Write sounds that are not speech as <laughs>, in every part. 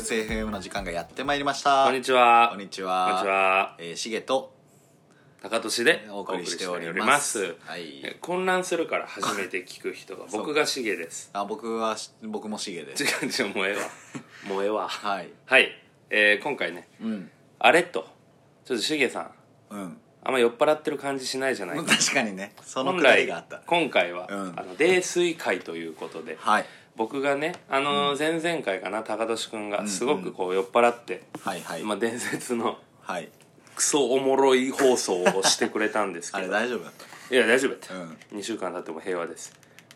時間がやってまいりましたこんにちは。こんにちこんにちはは。えーしげと高俊でお送りしておりお送ますりしておりまはいえ混乱するから初めて聞く人がそう僕がしげです。あ僕はし僕もしげです違う違うもうええわ。 <laughs> もうええわ。ははいい。えー今回ねうんあれとちょっとしげさんうん <laughs> あんま酔っ払ってる感じしないじゃ <laughs> ないか。確かにねその本くだ来りがあった今回は、うんあの泥酔会ということではい僕がねあのー前々回かな高俊君がすごくこう酔っ払って、はいはい、まあ伝説のはいクソおもろい放送をしてくれたんですあけれ <laughs> ど大丈夫だったいや大丈夫だった、うん2週間経っても平和です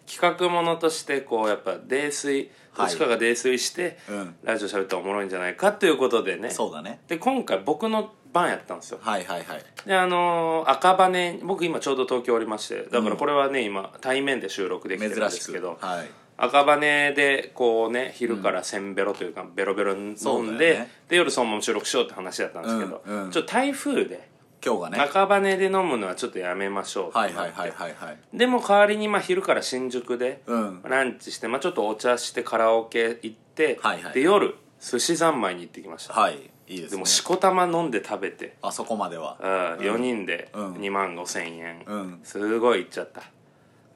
企画ものとしてこうやっぱ泥酔はいどっちかが泥酔して、うんラジオ喋ったらおもろいんじゃないかということでねそうだねで今回僕の番やったんですよはいはいはいであのー赤羽僕今ちょうど東京おりましてだからこれはね、今対面で収録できてるんで珍しすけくどはい赤羽でこうね昼からせんべろというか、ベロベロにそう飲だよんねで、で夜そのまま収録しようって話だったんですけど、うんうんちょっと台風で今日がねは赤羽で飲むのはちょっとやめましょうってなっいてはいはいはいはいでも代わりにまあ昼から新宿でうんランチして、まあ、ちょっとお茶してカラオケ行って、はいはいで夜寿司三昧に行ってきました、はいいいですでねもしこたま飲んで食べて、あそこまでうん、は4人でうん2万5千円、うんすごい行っちゃった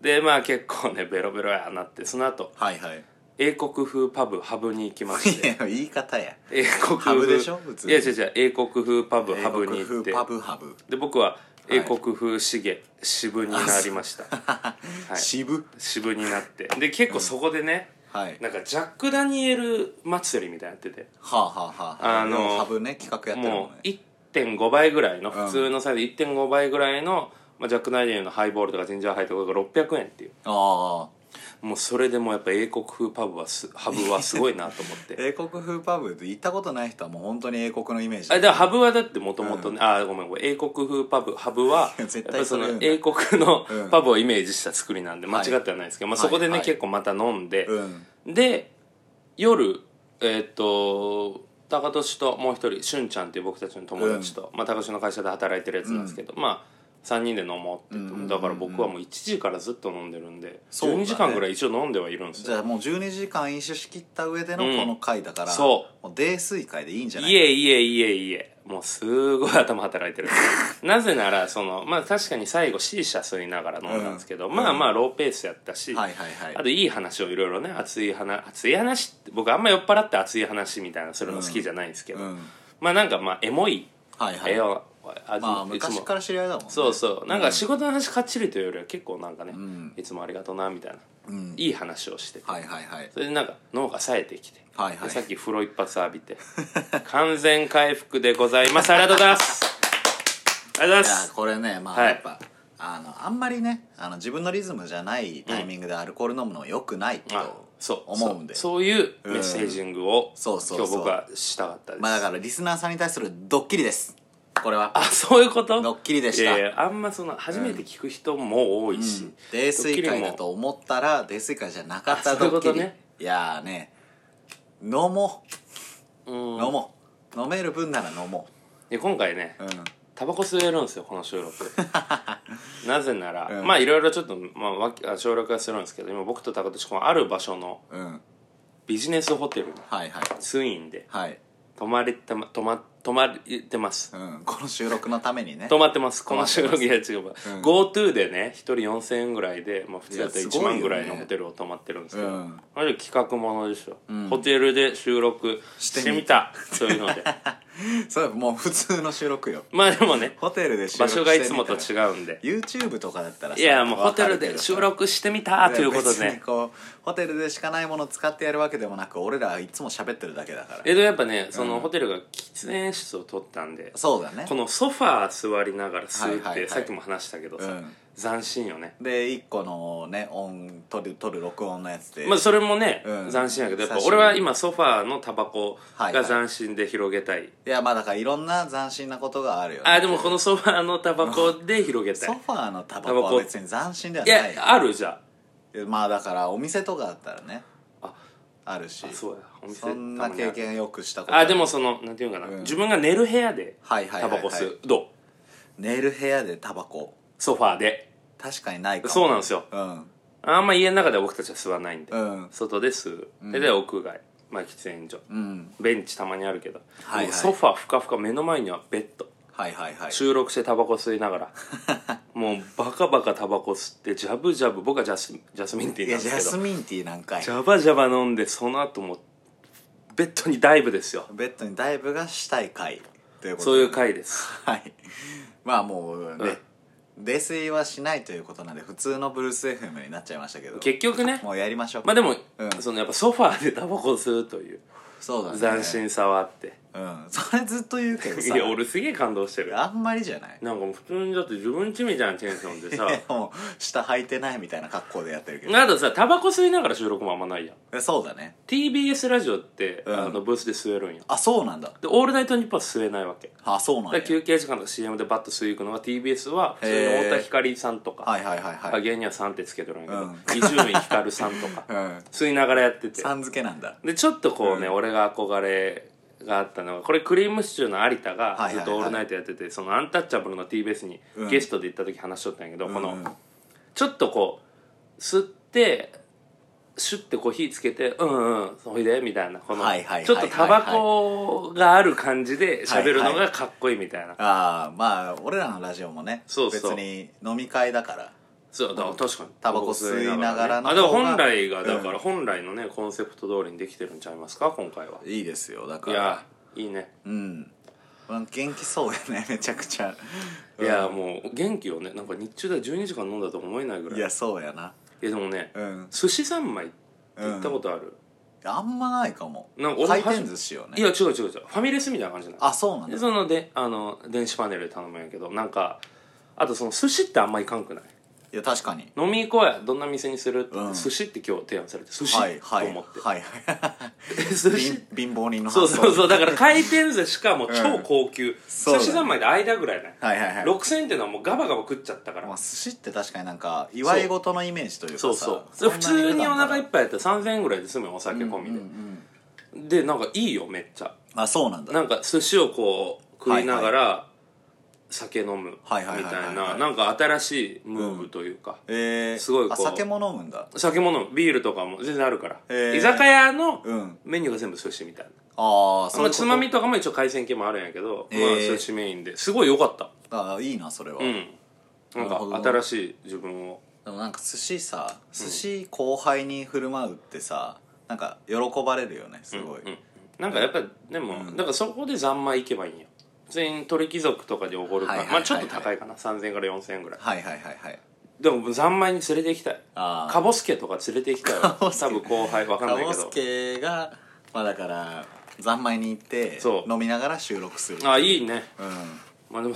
でまあ結構ねベロベロやなってその後はいはい <laughs> 英国風パブハブに行きましいてや言い方や英国風ハブでしょ普通いや違う違う英国風パブハ英ブに国行って風パブハブで僕は英国風しげ、渋になり <laughs> ましたはい渋渋になってで結構そこでね、はいなんかジャック・ダニエル祭りみたいなのやっててはあはあはああのハブね企画やってるももんねう1.5倍ぐらいのうん普通のサイズ1.5倍ぐらいの、まあ、ジャック・ダニエルのハイボールとかジンジャーハイとかが600円っていうああもうそれでもやっぱ英国風パブはすハブはすごいなと思って <laughs> 英国風パブって行ったことない人はもう本当に英国のイメージあだからハブはだってもともとねあごめんごめん英国風パブハブはやっ絶対ぱりそのそれ言英国のうんパブをイメージした作りなんで間違ってはないですけど、まあ、そこでね、はいはい結構また飲んで、うんで夜えーっと高俊ともう一人しゅんちゃんっていう僕たちの友達と、まあ、高俊の会社で働いてるやつなんですけど、まあ3人で飲もうって言って、だから僕はもう1時からずっと飲んでるんで、そうだね12時間ぐらい一応飲んではいるんですじよゃあもう12時間飲酒しきった上でのうんこの回だから、そもう泥酔会でいいんじゃないいえいえいえいえもうすごい頭働いてる <laughs> なぜならそのまあ確かに最後 C 社吸いながら飲んだんですけど、うんまあまあローペースやったし、はいはいあはといいい話をいろいろね熱い話熱い話って僕あんま酔っ払って熱い話みたいなのするの好きじゃないんですけど、うんまあなんかまあエモいはいは絵いをあまあいつ昔もから知り合いだもんねそうそうなんか仕事の話かっちりというよりは結構なんかね、いつもありがとうなみたいな、うんいい話をしてて、はいはいはいそれでなんか脳が冴えてきて、はいはいでさっき風呂一発浴びて <laughs> 完全回復でございますありがとうございますあいりがとうございまやすこれねまあはいやっぱ、あのあんまりねあの自分のリズムじゃないタイミングでアルコール飲むのは良くないあとそう思うんで、そそういうメッセージングを、そうそうそう今日僕はしたかったです、まあだからリスナーさんに対するドッキリですこれはあそういうことドッキリでしたいやいやあんまその初めて聞く人も多いし、泥酔ドッキ会リもだと思ったら泥酔会じゃなかっあたそドういうこッとキリい,、ねやーね飲もう、うん飲もう飲める分なら飲もで今回ねううんタバコ吸えるんですよこの収録 <laughs> なぜなら、うんまあいろいろちょっと、まあわけ、あ省略はするんですけど今僕と高俊君はある場所のうんビジネスホテルのはいはいツインではい、泊まれてま泊ま泊まってますうん、この収録のためにね泊まってますこの収録泊いや違うわ、うん GoTo でね1人4000円ぐらいで、まあ、普通だったらいやす1ごいよね万ぐらいのホテルを泊まってるんですけど、うんあれ企画ものでしょ、ホテルで収録してみたそういうのでそうもう普通の収録よまあでもねホテル <laughs> で収場録して所みがたいつもと違うんで YouTube とかだったらいさやもうホわテかルるけどでさ収録してみたということで別にねこうホテルでしかないものを使ってやるわけでもなく俺らはいつも喋ってるだけだからえでやっぱねそのホテルが喫煙室を取ったんで、そうだねこのソファー座りながら吸うって、はいはいはいさっきも話したけどさ、うん斬新よねで一個のね音取る取る録音のやつで、まあそれもね、うん斬新やけどやっぱ斬新俺は今ソファーのタバコはいはがい斬新で広げたい、いやまあだからいろんな斬新なことがあるよねあでもこのソファーのタバコで広げたソいファーのタバコタバはコ別に斬新ではいないやあるじゃまあだからお店とかだったらねああるしあそうやお店そんな経験よくしたことあでもそのなんていうんかな、うん自分が寝る部屋ではいはいはタいはバいコ吸う、どう寝る部屋でタバコソファーで確かにないかもそうなんですようんあんま家の中では僕たちは吸わないんで、うん外で吸うでで屋外、まあ喫煙所うんベンチたまにあるけど、はいはいもうソファーふかふか目の前にはベッドはいはいはい収録してタバコ吸いなが <laughs> らもうバカバカタバコ吸ってジャブジャブ僕はジャスジャスミンティいーなやんジでャすスけどミンティーなんかいジャバジャバ飲んでその後もうベッドにダイブですよベッドにダイブがしたい回ということそういう回回ですはいまあもうね、泥酔はしないということなんで普通のブルース FM になっちゃいましたけど結局ねもうやりましょう、まあでも、うんそのやっぱソファーでタバコ吸うというそうだね斬新さはあって、うんそれずっと言うけどいさや俺すげえ感動してるあんまりじゃ <laughs> ないなんかもう普通にだって自分ちみたいなテンションでさい <laughs> やもう下履いてないみたいな格好でやってるけどあとさタバコ吸いながら収録もあんまないやんえそうだね TBS ラジオって、うんあのブースで吸えるんやあそうなんだで「オールナイトニッポン」は吸えないわけあそうなだんかだら休憩時間とか CM でバッと吸いに行くのが TBS は普通に太田光さんとか、はいはいはいはい、芸人はさんってつけてるんやうんけど伊集院光さん <laughs> とか、うん吸いながらやっててさん付けなんだでちょっとこうね、俺が憧れがあったのがこれクリームシチューの有田がはいはいはいずっと「オールナイト」やってて、そのアンタッチャブルの TBS にうんゲストで行った時話しとったんやけど、こうんのちょっとこう吸ってシュッてこう火つけて「うんうんおいで」みたいなこのはいはいはいはいはいちょっとタバコがある感じで喋るのがかっこいいみたいな、ああまあ俺らのラジオもねそうそう別に飲み会だからそうだから確かにタバコ吸いながらのあだから本来うがんだから本来のねコンセプト通りにできてるんちゃいますか今回はいいですよだかいらやいいねうんまあ元気そうやね <laughs> めちゃくちゃいやもう元気をねなんか日中で12時間飲んだと思えないぐらいいいややそうやなでもねうん寿司三昧って行ったことある、あんまないかもなんか俺も回初め転寿司よねいや違う違う違うファミレスみたいな感じなのあそうなんでだそのであの電子パネルで頼むんやけどなんかあとその寿司ってあんまりかんくないいや確かに飲み行こうやどんな店にするって、うん寿司って今日提案されて寿司はいとはい思って、はいはい <laughs> 寿司貧貧乏人のそう発想そうそうだから回転寿司かもうう超ん高級、そうだ寿ね司三昧で間ぐらいね、はいはいはい6000円っていうのはもうガバガバ食っちゃったから、まあ、寿司って確かになんか祝い事のイメージというかさそうそうそれ普通にお腹いっぱぱいやったら3000円ぐらいで済むよお酒込みで、でなんかいいよめっちゃあそうなんだなんか寿司をこう食いながら酒飲むみたはいはいはいはいいはいななんか新しいムーブというか、えー、すごいこうあ酒も飲むんだ酒も飲むビールとかも全然あるから、へー居酒屋のうんメニューが全部寿司みたいな、ああそのつまみとかも一応海鮮系もあるんやけど、へーまあ、寿司メインですごい良かったああいいなそれは、うんなんなるほどかね新しい自分をでもなんか寿司さ寿司後輩に振る舞うってさなんか喜ばれるよねすごい、うんなんかやっぱでも、うんなんかそこで三昧行けばいいんよ普通に鳥貴族とかでおごるから、はいはいはいはいまあちょっと高いかな3000円から4000円ぐらいはいはいはいはいでも三昧に連れて行きたいあーカボスケとか連れて行きたいわボスケ多分後輩わかんカないボけスどケがまあだから三昧に行ってそう飲みながら収録するあいいねうんまあでも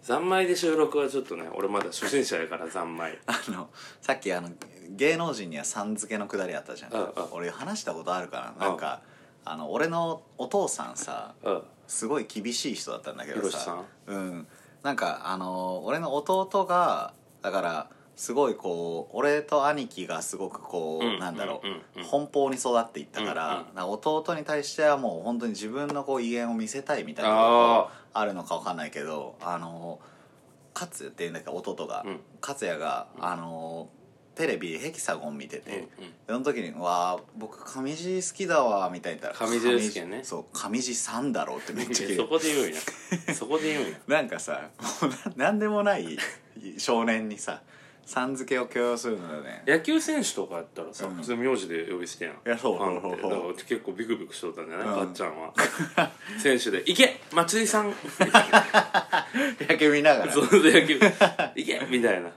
三昧で収録はちょっとね俺まだ初心者やから三昧あのさっきあの芸能人にはさん付けのくだりあったじゃん、うんうん俺話したことあるかななんか、あの俺のお父さんさうんすごい厳しい人だったんだけどひろしささんうんなんかあの俺の弟がだからすごいこう俺と兄貴がすごくこう、うんなんだろう,、うんうんうん奔放に育っていったから,、うんうん弟に対してはもう本当に自分のこう威厳を見せたいみたいなのがあこうあるのかわかんないけどあの勝也っていうんだけど弟が、うん勝也があのテレビヘキサゴン見てーうんうて、んその時に「うわー僕上地好きだわ」みたいに言ったら上地ですけどね上地そう上地さんだろうってめっちゃい言やうそこで言うんやそこで言うんやなんかさもうななんでもない少年にささん付けを許容するのよね野球選手とかやったらさ、うん普通名字で呼び捨てやんいやそうファンってそうだそうから結構ビクビクしとったんじゃない、うんかっちゃん <laughs> は選手で「いけ松井さん」野球見ながらそうそう野 <laughs> 球「いけ!」みたいな、ま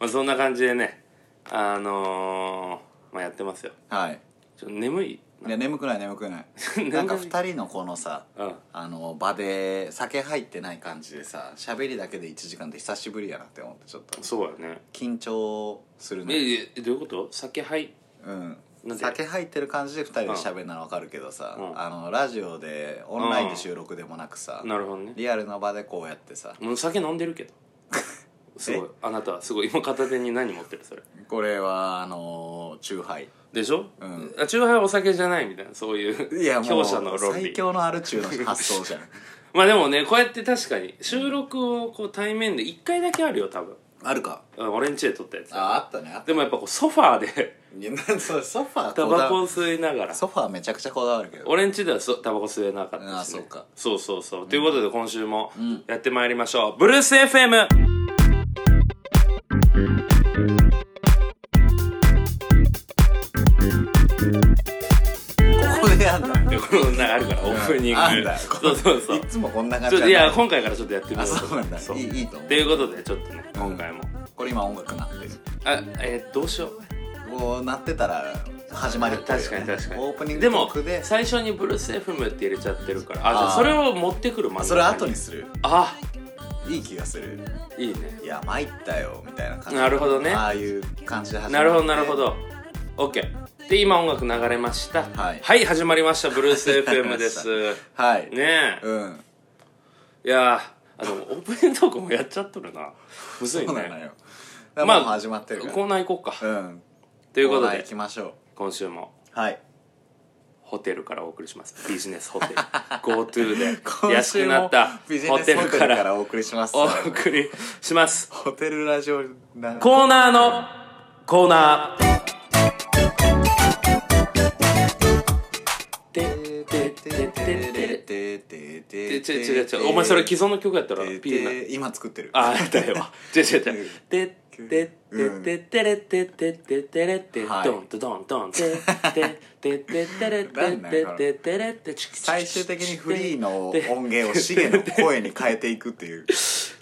あ、そんな感じでねあのー、まあやってますよはいちょっと眠いいや眠くない眠くない <laughs> 眠くなないんか2人のこのさうんあの場で酒入ってない感じでさ喋りだけで1時間って久しぶりやなって思ってちょっとそうやね緊張するねええどういうこと酒はいうんなんで酒入ってる感じで2人で喋るならわかるけどさ、うんあのラジオでオンラインで収録でもなくさ、なるほどねリアルの場でこうやってさもう酒飲んでる <laughs> けどすごいあなたはすごい今片手に何持ってるそれこれはあのチューハイでしょ、うんあ中杯はお酒じゃないみたいなそういういやも強者のう論理最強のアル中の発想 <laughs> じゃんまあでもねこうやって確かに収録をこう対面で1回だけあるよ多分あるかうん俺ん家で撮ったやつああったねあったでもやっぱこうソファー <laughs> でいやなんそうソファータこだバコを吸いながらソファーめちゃくちゃこだわるけど俺ん家ではそタバコ吸えなかったし、ね、あそうかそうそうそうということで今週もやってまいりましょう、ブルース FM ここでやんだでこのなあるからオープニング、あんだ <laughs> そうそうそういつもこんな感ちじょなんっといだや今回からちょっとやってみよあうとそうなんだそういいいいと思ということでちょっとね今回も、うこれ今音楽なってるあえーどうしようこうなってたら始まりっていう確かに確かにオープニングでトもークで最初にブルース FM って入れちゃってるからあじゃああーそれを持ってくるまそれ後にするあいい気がするいいねいや参ったよみたいな感じなるほどねああいう感じで始まなってるほどなるほど OK で今音楽流れましたはい始まりましたブルース <laughs> FM で始すまはいねえうんいやーあでもオープニングトークもやっちゃっとるなむずいそうなのねよだからまあもう始まってるからコーナー行こうかうんというこコーとナーで行きましょ今週もうはいホテルからお送りしますビジネスホテ <laughs> ル GoTo で今安週くもなったビジホネテスホルテルかかららお送りしますお送りしますホテルラジオなコーナーのコーナーてててててででででででてでて違う違う違うお前それ既存の曲やったらピーな今作ってるああだよ違う違う違うでででででれででででれではいドンドドンドンでででででれなんなんでででれで最終的にフリーの音源をシゲの声に変えていくっていう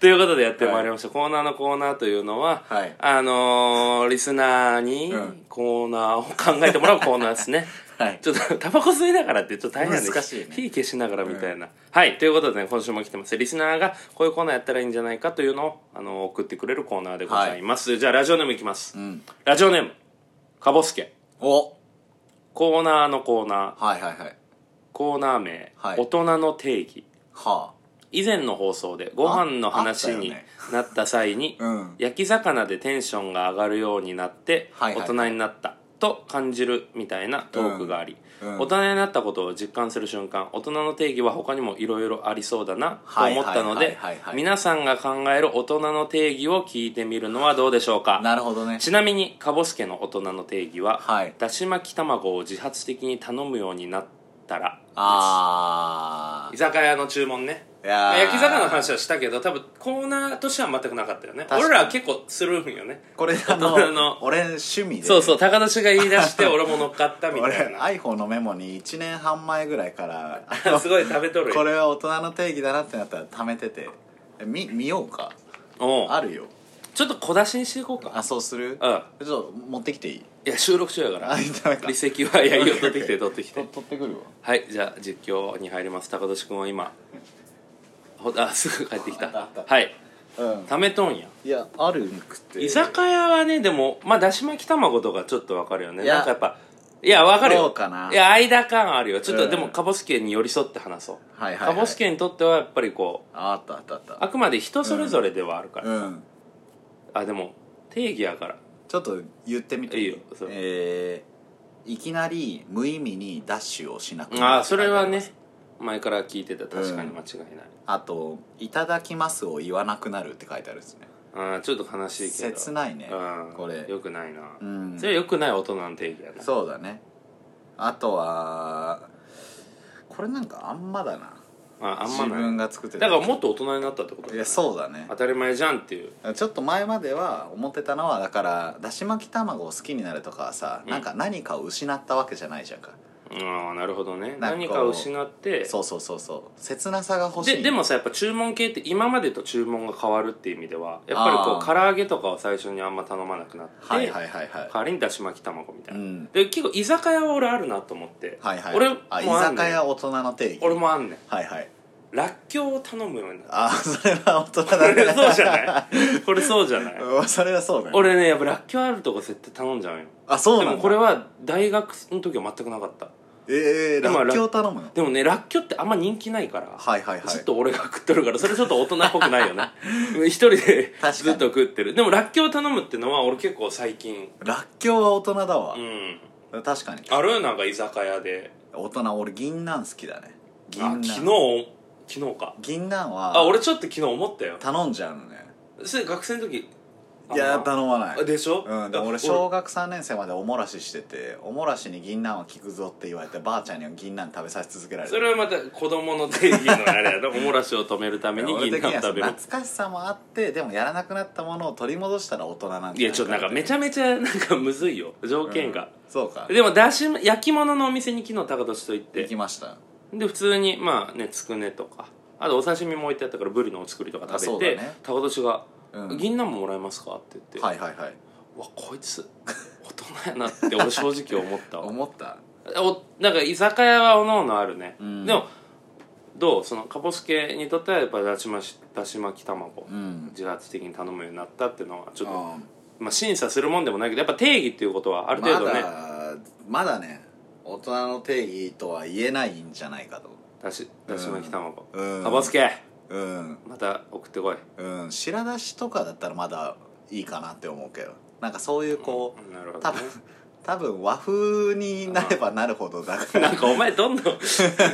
ということでやってまいりました、コーナーのコーナーというのは、はいあのーリスナーにうんコーナーを考えてもらう <laughs> コーナーですねはいちょっとタバコ吸いながらってちょっと大変なんで難しいね火消しながらみたいな、はいということで、ね、今週も来てますリスナーがこういうコーナーやったらいいんじゃないかというのを、あのー送ってくれるコーナーでございます、じゃあラジオネームいきます、んラジオネームかぼすけおコーナーのコーナーはいはいはいコーナー名、はい大人の定義は以前の放送でご飯の話ああったよにねなった際に、 <laughs> うん焼き魚でテンションが上がるようになってはいはいは大い人になったと感じるみたいなトークがあり、うんうん大人になったことを実感する瞬間大人の定義は他にもいろいろありそうだなと思ったのはいではいはいはいはい皆さんが考える大人の定義を聞いてみるのはどうでしょうあかなるほどねちなみにかぼすけの大人の定義は、はいだし巻き卵を自発的に頼むようになったらあ居酒屋の注文ねいやーまあ焼き魚の話はしたけど多分コーナーとしては全くなかったよねかに俺らは結構するんよねあこれあ大人のの俺趣味でそうそう高田氏が言い出して俺も乗っかったみた俺い <laughs> な iPhone のメモに1年半前ぐらい <laughs> からあのすごい食べとるよこれは大人の定義だなってなったら貯めててえみ見ようかおうあるよちょっと小出しにしていこうかあそうするうちょっと持ってきていいいや収録中やかあらダメか離席はやいを取ってきて OK 取ってきて取ってくるわはいじゃあ実況に入ります高田氏君は今ほあすぐ帰ってきあったあたったはいうんためとんやいやあるんくて居酒屋はねでもまあだし巻き卵とかちょっとわかるよねいやなんかやっぱいやわかるよどうかないや間感あるよちょっと、うんでもかぼすけに寄り添って話そうはいはいはいかぼすけにとってはやっぱりこうああったあったあったあくまで人それぞれではあるから、うんあでも定義やからちょっと言ってみていいよそれえー、いきなり無意味にダッシュをしなくなるああそれはね前から聞いてた確かに間違いない、あと「いただきます」を言わなくなるって書いてあるんですねああちょっと悲しいけど切ないねうん、これよくないな、うんそれはよくない大人の定義やなそうだねあとはこれなんかあんまだなああんま自ない分が作ってだからもっと大人になったってこといやそうだね当たり前じゃんっていうちょっと前までは思ってたのはだからだし巻き卵を好きになるとかはさ、うんなんか何かを失ったわけじゃないじゃんかああなるほどねなんか何かを失ってそうそうそうそう切なさが欲しいででもさやっぱ注文系って今までと注文が変わるっていう意味ではやっぱりこあうー唐揚げとかを最初にあんま頼まなくなって、はいはいはいはい代わりにだし巻き卵みたいうな、んで結構居酒屋は俺あるなと思って、はいはい俺もあ居あん酒ね屋ん大人の定義俺もあんねんはいはいらっきょうを頼むようになるあそれは大人こだれね <laughs> そうじゃ <laughs> ないこれそうじゃないうんそれはそうだね俺ねやっぱらっきょうあるとこ絶対頼んじゃうよあそうでなんもだこれは大学の時は全くなかったええー、でもらっきょう頼むのでもねらっきょうってあんま人気ないからはいはいはいずっと俺が食っとるからそれちょっと大人っぽくないよね <laughs> 一人でかにずっと食ってるでもらっきょう頼むってのは俺結構最近らっきょうは大人だわう、ん確かにあるなんか居酒屋で大人俺銀杏好きだね銀あ昨杏日昨日か銀杏はあ俺ちょっと昨日思ったよ頼んじゃうのねそれ学生の時いや頼まないでしょうん、でも俺小学3年生までおもらししてておもらしに銀杏は効くぞって言われてばあちゃんには銀杏食べさせ続けられてそれはまた子供の定義のあれやろおもらしを止めるために俺銀的に杏はを食べる懐かしさもあってでもやらなくなったものを取り戻したら大人なんいやちょっとなんかめちゃゃめちゃなんかむずいよ条件が、そうかでもだし焼き物のお店に昨日高俊と行って行きましたで普通にまあねつくねとかあとお刺身も置いてあったからブリのお作りとかあそ食うべて、だね高俊がう「ん銀杏ももらえますか?」って言って「はいはいはいうわこいつ大人やな」って俺正直思ったわ <laughs> 思ったおなんか居酒屋はおのおのあるね、んでもどうそのカポスケにとってはやっぱだしましだし巻き卵、うん自発的に頼むようになったっていうのはちょっと、あまあ、審査するもんでもないけどやっぱ定義っていうことはある程度ね、だまだね大人の定義とは言えないんじゃないかとだしだし巻き卵、うんカポスケうんまた送ってこいうん白だしとかだったらまだいいかなって思うけどなんかそういうこう、なるほど多ね分多分和風になればなるほどだから <laughs> なんかお前どんどん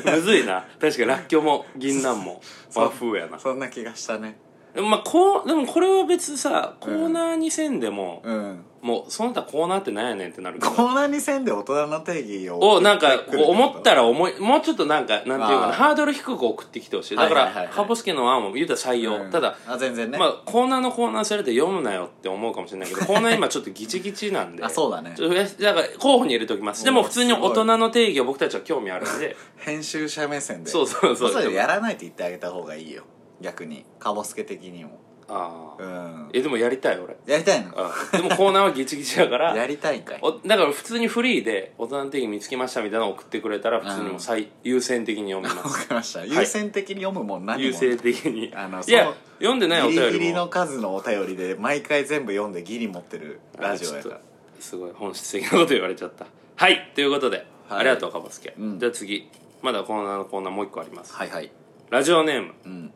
むずいな確かにらっきょうも銀杏も和風や <laughs> なそんな気がしたねでもまあこうでもこれは別にさコーナーにせんでも、うんもうその他コーナーってなんやねんってなるけコどーナーにせんで大人の定義ををなんか送ってくるこう思ったらら思いもうちょっとなんかなんていうかあーなハードル低く送ってきてほしいだから、はいはいはいはいカポスケの案を言うたら採用、ただあ全然ね、まあ、コーナーのコーナーされて読むなよって思うかもしれない <laughs> けどコーナー今ちょっとギチギチなんであそうだねちょっと増やしだから候補に入れておきますでも普通に大人の定義は僕たちは興味あるんで編集者目線でそうそうそうそれやらないって言ってあげた方がいいよ逆にかぼすけ的にもああ、うんえでもやりたい俺やりたいのあでもコーナーはギチギチだか <laughs> らやりたいんかいおだから普通にフリーで大人の定義見つけましたみたいなの送ってくれたら普通にもう最優先的に読みまわすかりました優先的に読むもん何も優先的にあのいやその読んでないおギリ便ギりリのも数のお便りで毎回全部読んでギリ持ってるラジオやかあらちょっとすごい本質的なこと言われちゃったはいということで、はいありがとうかぼすけ、うんじゃあ次まだコーナーのコーナーもう一個あります、はいはいラジオネームうん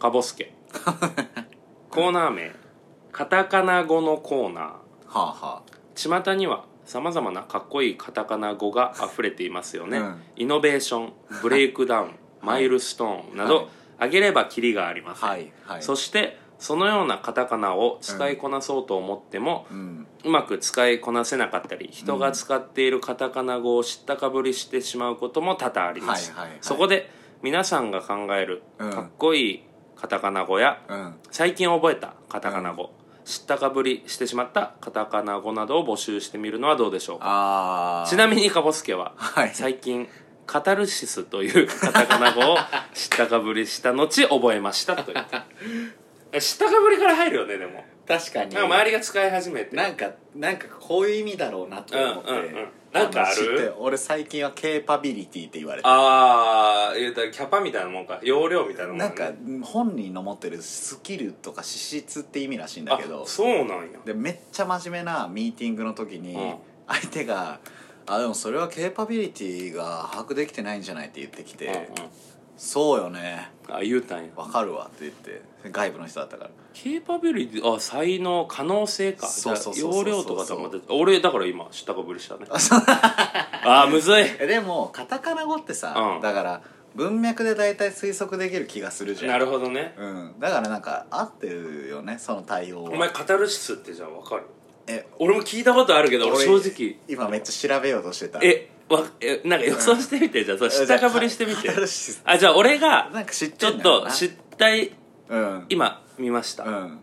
かぼす <laughs> けコーナー名カタカナ語のコーナーはあは巷にはさまざまなかっこいいカタカナ語が溢れていますよね、うんイノベーションブレイクダウン、マイルストーンなど、はい挙げればキリがありません、はいはいそしてそのようなカタカナを使いこなそうと思っても、あうんうまく使いこなせなかったり人が使っているカタカナ語を知ったかぶりしてしまうことも多々あります、はいはいはいそこで皆さんが考えるうんかっこいいカタカナ語やうん最近覚えたカタカナ語、知ったかぶりしてしまったカタカナ語などを募集してみるのはどうでしょうかあーちなみにかぼすけははい最近カタルシスというカタカナ語を知ったかぶりした後覚えましたと <laughs> 言って知ったかぶりから入るよねでも確かになんか周りが使い始めてなんかなんかこういう意味だろうなって思って、うんうんうんなんかあるの知って俺最近はケーパビリティって言われてああ言うたらキャパみたいなもんか容量みたいなもん、ね、なんか本人の持ってるスキルとか資質って意味らしいんだけどあそうなんやでめっちゃ真面目なミーティングの時にうん相手が「あでもそれはケーパビリティが把握できてないんじゃない?」って言ってきて「うんそうよねうん、あ言うたんやわかるわ」って言って外部の人だったからケーパビリティあ才能可能性かそうそうじそゃうあそ容う量とかと思って俺だから今知ったかぶりしたねそう <laughs> あーむずいえでもカタカナ語ってさ、うんだから文脈で大体推測できる気がするじゃんなるほどねうん、だからなんか合ってるよねその対応はお前カタルシスってじゃあ分かるえ俺も聞いたことあるけど俺正直今めっちゃ調べようとしてたえわえなんか予想してみて、じゃあそれえ知ったかぶりして <laughs> みてカタルシスあじゃあ俺なんがか知ってちんょっだよとな知ったいうん今見ました、うん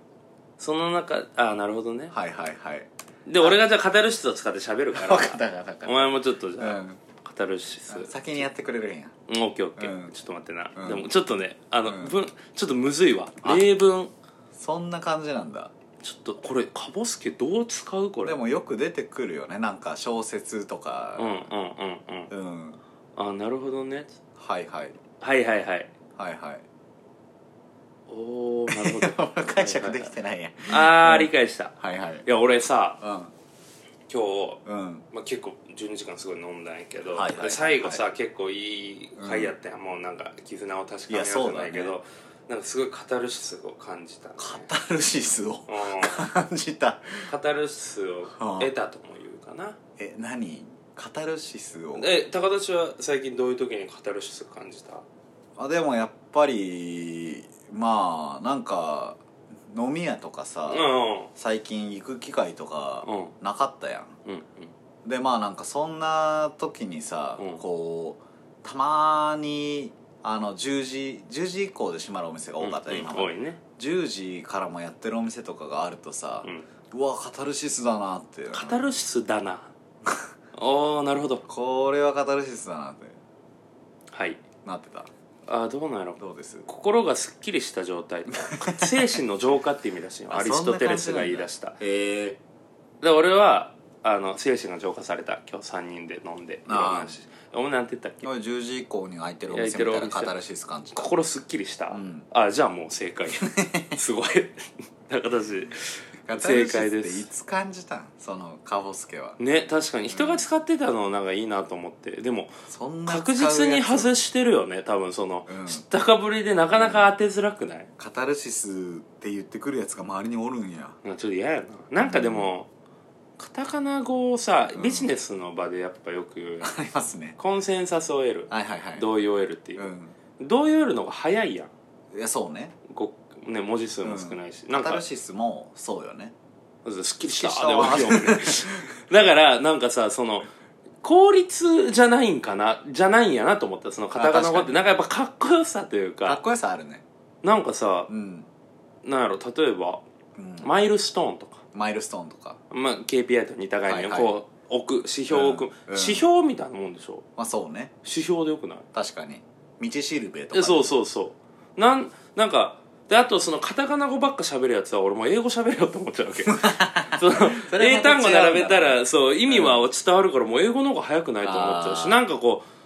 その中あーなるほどねはいはいはいで俺がじゃあカタルシスを使って喋るか分かったら分かったお前もちょっとじうゃあ、んカタルシス先にやってくれるんやうんオッケーオッケうーんちょっと待ってな、うんでもちょっとねあの、うん文ちょっとむずいわあ例文そんな感じなんだちょっとこれかぼすけどう使うこれでもよく出てくるよねなんか小説とうんうんうかんうんうん、あなるほどねはいはいはいはいはいはいはい <laughs> おおなるほど解釈できてないやああ理解したはいはいいや俺さう今日、んうんまあ、結構12時間すごい飲んだんやけど、はいはいで最後さ、結構いい回やったやん、もうなんか絆を確かめようじゃないけいやそうだどなんかすごいカタルシスを感じた、ね、カタルシスをうん感じたカタルシスを得たとも言うかな、え何カタルシスをえ高田氏は最近どういう時にカタルシス感じたあでもやっぱりまあなんか飲み屋とかさ、う最近行く機会とかうんなかったやん、んうんでまあなんかそんな時にさ、うんこうたまにあの10時10時以降で閉まるお店が多かったよ、うん今多はいね10時からもやってるお店とかがあるとさ、ううんわカタルシスだなってカタルシスだ <laughs> なおーなるほどこれはカタルシスだなってはいなってたあーどうなんやろどうです心がすっきりした状態精神の浄化って意味ら <laughs> しいよあアリストテレスが言い出したええで俺はあの精神が浄化された今日3人で飲んでいろんなあー話お前なんて言ったっけー、10時以降に開いてるお店みたいなカタルシス感じ心すっきりした、んあじゃあもう正 <laughs> 解すごい高田氏カタルシス正解っでてすいつ感じたんそのカボスケはね確かに人が使ってたのなんかいいなと思ってでもそんな使う確やつ実に外してるよね多分その、うん知ったかぶりでなかなか当てづらくない、カタルシスって言ってくるやつが周りにおるんや <laughs> なんかちょっと嫌やななんかでも、カタカナ語をさビジネスの場でやっぱよく言うやん、ありますねコンセンサスを得るはいはいはい同意を得るっていうう、ん同意を得るのが早いやんいやそうねごね、文字数も少ないし、なカんタかルシスもそうよねすっきりしすっきたりしたでわけわかんない <laughs> だからなんかさその効率じゃないんかなじゃないんやなと思ったそのカタカナ語っあ確かてになんかやっぱかっこよさというかっかこよさあるねなんかさうん、なんやろ例えばうん、マイルストーンとか、マイルストーンとかまあ、KPI と似た概念をはいはいこう置く指標を置く、うんうん指標みたいなもんでしょまあそうね指標でよくない確かに道しるべとか、えね、そうそうそうなんなんかであとそのカタカナ語ばっか喋るやつは俺も英語喋れよって思っちゃう <laughs> わけそそのれは英また違う単んだ語並べたらそう意味は伝わるからもう英語の方が早くないと思っちゃうあしーなんかこう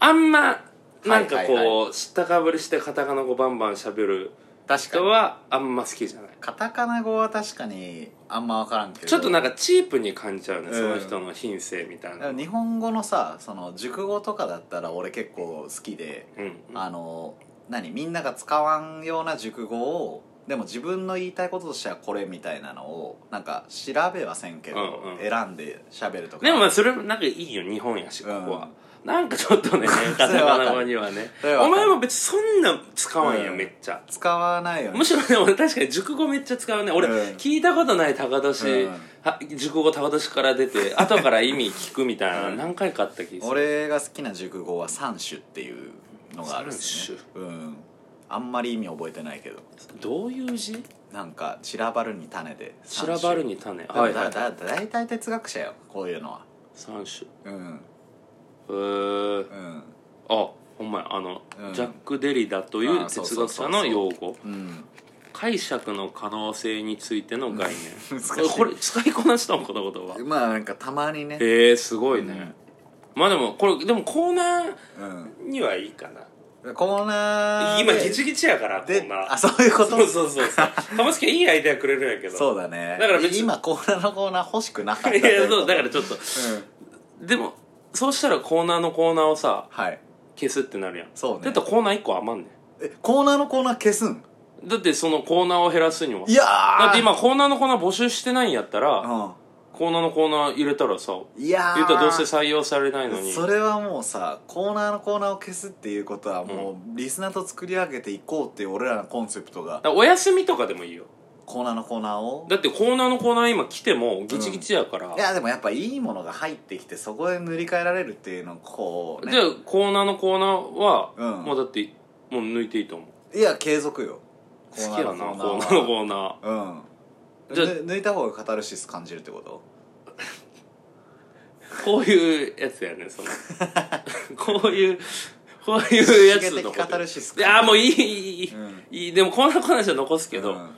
あんまなんかこう、はいはい知ったかぶりしてカタカナ語バンバン喋る確か人にはあんま好きじゃないカタカナ語は確かにあんま分からんけどちょっとななんかチープに感じちゃうね、うんその人の品性みたいなうん日本語のさその熟語とかだったら俺結構好きで、あの何みんなが使わんような熟語をでも自分の言いたいこととしてはこれみたいなのをなんか調べはせんけど、うんうん選んで喋るとかでもまあそれもなんかいいよ日本やしここは、なんかちょっ <laughs> とねカタカナ語にはねそれはおわか前るも別にそんな使わんや、うんめっちゃ使わないよねむしろね俺確かに熟語めっちゃ使うね俺、うん聞いたことない高年、うんは熟語高年から出 <laughs> て後から意味聞くみたいな、うん何回かあった気がする俺が好きな熟語は三種っていうのがあるんですね三うんあんまり意味覚えてないけどどういう字なんか散らばるに種で散三ら種ばるに種だはいはだいだ大体哲学者よこういうのは三種うんへーうんあほんまやあの、うんジャック・デリダというあそう哲そう学そうそ者うの用語うん解釈の可能性についての概念 <laughs> 難しいこれ使いこなしたのこの言葉まあなんかたまにねへえー、すごいね、まあでもこれでもコーナーうんにはいいかなコーナー今でギチギチやからこでんなあそういうこ <laughs> そとうそうそうそう玉助いいアイデアくれるんやけどそううだねだから別に今コーナーのコーナー欲しくなかったいやそうとだいかうらちょっとことうんでもそうしたらコーナーのコーナーをさはい消すってなるやんそうねだったらコーナー1個余んねえコーナーのコーナー消すんんだってそのコーナーを減らすにはいやーだって今コーナーのコーナー募集してないんやったら、うコーナーのコーナー入れたらさんいやー言ったらどうせ採用されないのにそれはもうさコーナーのコーナーを消すっていうことはもうリスナーと作り上げていこうっていう俺らのコンセプトがだからお休みとかでもいいよコーナーのコーナーをだってコーナーのコーナー今来てもギチギチやから、いやでもやっぱいいものが入ってきてそこで塗り替えられるっていうのこうねじゃあコーナーのコーナーは、うんもうだってもう抜いていいと思ういや継続よ好きやなコーナーのコーナーーうんじじゃゃあ抜いた方がカタルシス感じるってことこういうやつやね <laughs> そのこういうこういう <laughs> やつ刺激の的こカタとルいシスかやもういいいいいい、うんいいでもコーナーコーナーじゃ残すけど、うん